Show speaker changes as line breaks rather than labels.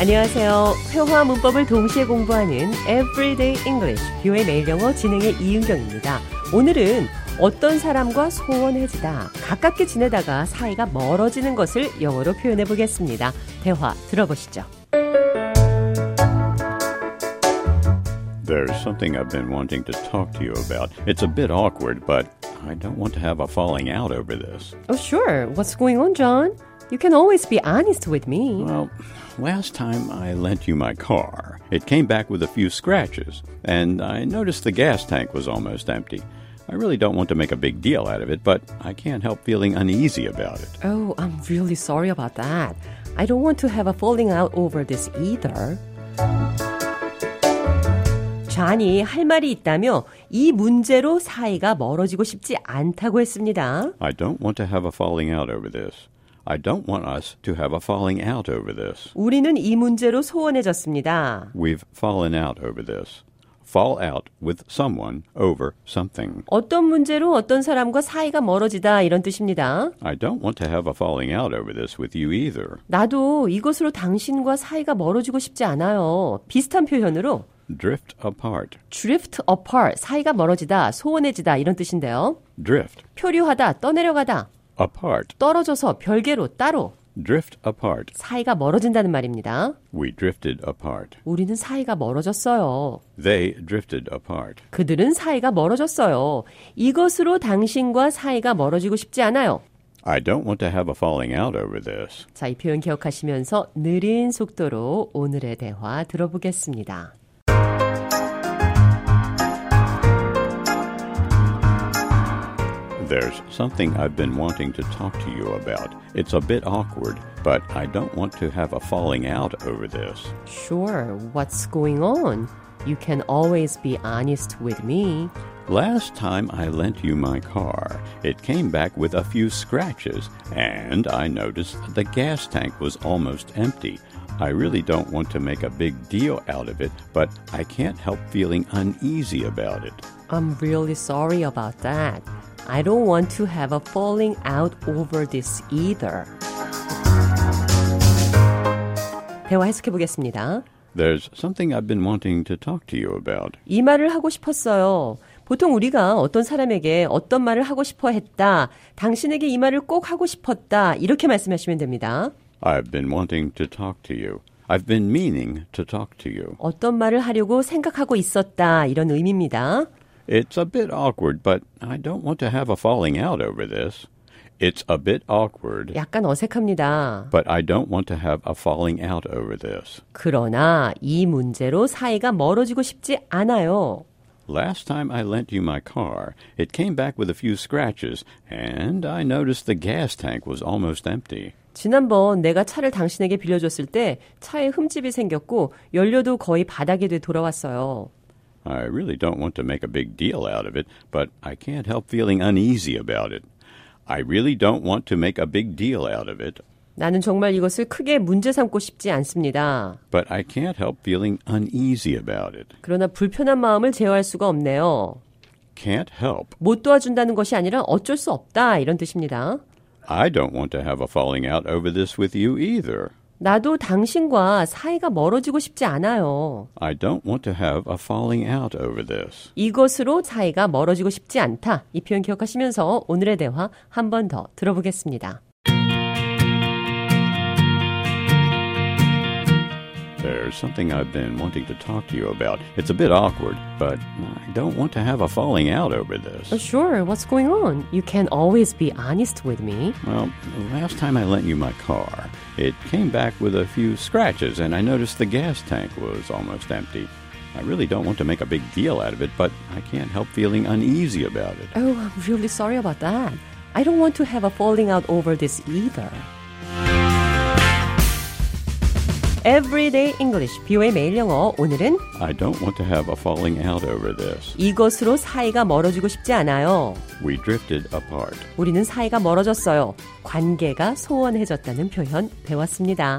안녕하세요. 회화 문법을 동시에 공부하는 Everyday English 뷰의 매일 영어 진행의 이은경입니다. 오늘은 어떤 사람과 소원해지다, 가깝게 지내다가 사이가 멀어지는 것을 영어로 표현해 보겠습니다. 대화 들어보시죠.
There's something I've been wanting to talk to you about. It's a bit awkward, but I don't want to have a falling out over this.
Oh, sure. What's going on, John? You can always be honest with me.
Well, last time I lent you my car, it came back with a few scratches, and I noticed the gas tank was almost empty. I really don't want to make a big deal out of it, but I can't help feeling uneasy about it.
Oh, I'm really sorry about that. I don't want to have a falling out over this either. 좌니 할 말이 있다며 이 문제로 사이가 멀어지고 싶지 않다고 했습니다.
I don't want to have a falling out over this. I don't want us to have a falling out over this.
우리는 이 문제로 소원해졌습니다.
We've fallen out over this. Fall out with someone over something.
어떤 문제로 어떤 사람과 사이가 멀어지다 이런 뜻입니다.
I don't want to have a falling out over this with you either.
나도 이것으로 당신과 사이가 멀어지고 싶지 않아요. 비슷한 표현으로
Drift apart.
drift apart, 사이가 멀어지다, 소원해지다 이런 뜻인데요.
Drift
표류하다, 떠내려가다,
apart.
떨어져서 별개로 따로
Drift apart.
사이가 멀어진다는 말입니다.
We drifted apart.
우리는 사이가 멀어졌어요.
They drifted apart.
그들은 사이가 멀어졌어요. 이것으로 당신과 사이가 멀어지고 싶지 않아요.
I don't want to have a falling out over this.
자, 이 표현 기억하시면서 느린 속도로 오늘의 대화 들어보겠습니다.
There's something I've been wanting to talk to you about. It's a bit awkward, but I don't want to have a falling out over this.
Sure, what's going on? You can always be honest with me.
Last time I lent you my car, it came back with a few scratches, and I noticed the gas tank was almost empty. I really don't want to make a big deal out of it, but I can't help feeling uneasy about it.
I'm really sorry about that. I don't want to have a falling out over this either. 대화 해석해 보겠습니다.
There's something I've been wanting to talk to you about.
이 말을 하고 싶었어요. 보통 우리가 어떤 사람에게 어떤 말을 하고 싶어 했다. 당신에게 이 말을 꼭 하고 싶었다. 이렇게 말씀하시면 됩니다.
I've been wanting to talk to you. I've been meaning to talk to you.
어떤 말을 하려고 생각하고 있었다. 이런 의미입니다.
It's a bit awkward, but I don't want to have a falling out over this. It's a bit awkward.
약간 어색합니다.
But I don't want to have a falling out over this.
그러나 이 문제로 사이가 멀어지고 싶지 않아요.
Last time I lent you my car, it came back with a few scratches, and I noticed the gas tank was almost empty.
지난번 내가 차를 당신에게 빌려줬을 때 차에 흠집이 생겼고 연료도 거의 바닥에 돼 돌아왔어요.
I really don't want to make a big deal out of it, but I can't help feeling uneasy about it. I really don't want to make a big deal out of it,
나는 정말 이것을 크게 문제 삼고 싶지 않습니다.
but I can't help feeling uneasy about it.
그러나 불편한 마음을 제어할 수가 없네요.
Can't help.
못 도와준다는 것이 아니라 어쩔 수 없다 이런 뜻입니다.
I don't want to have a falling out over this with you either.
나도 당신과 사이가 멀어지고 싶지 않아요.
I don't want to have a falling out over this.
이것으로 사이가 멀어지고 싶지 않다. 이 표현 기억하시면서 오늘의 대화 한 번 더 들어보겠습니다.
There's something I've been wanting to talk to you about. It's a bit awkward, but I don't want to have a falling out over this.
Sure, what's going on? You can always be honest with me.
Well, last time I lent you my car, it came back with a few scratches, and I noticed the gas tank was almost empty. I really don't want to make a big deal out of it, but I can't help feeling uneasy about it.
Oh, I'm really sorry about that. I don't want to have a falling out over this either. Everyday English, 비오의 매일 영어. 오늘은
I don't want to have a falling out over this.
이것으로 사이가 멀어지고 싶지 않아요.
We drifted apart.
우리는 사이가 멀어졌어요. 관계가 소원해졌다는 표현 배웠습니다.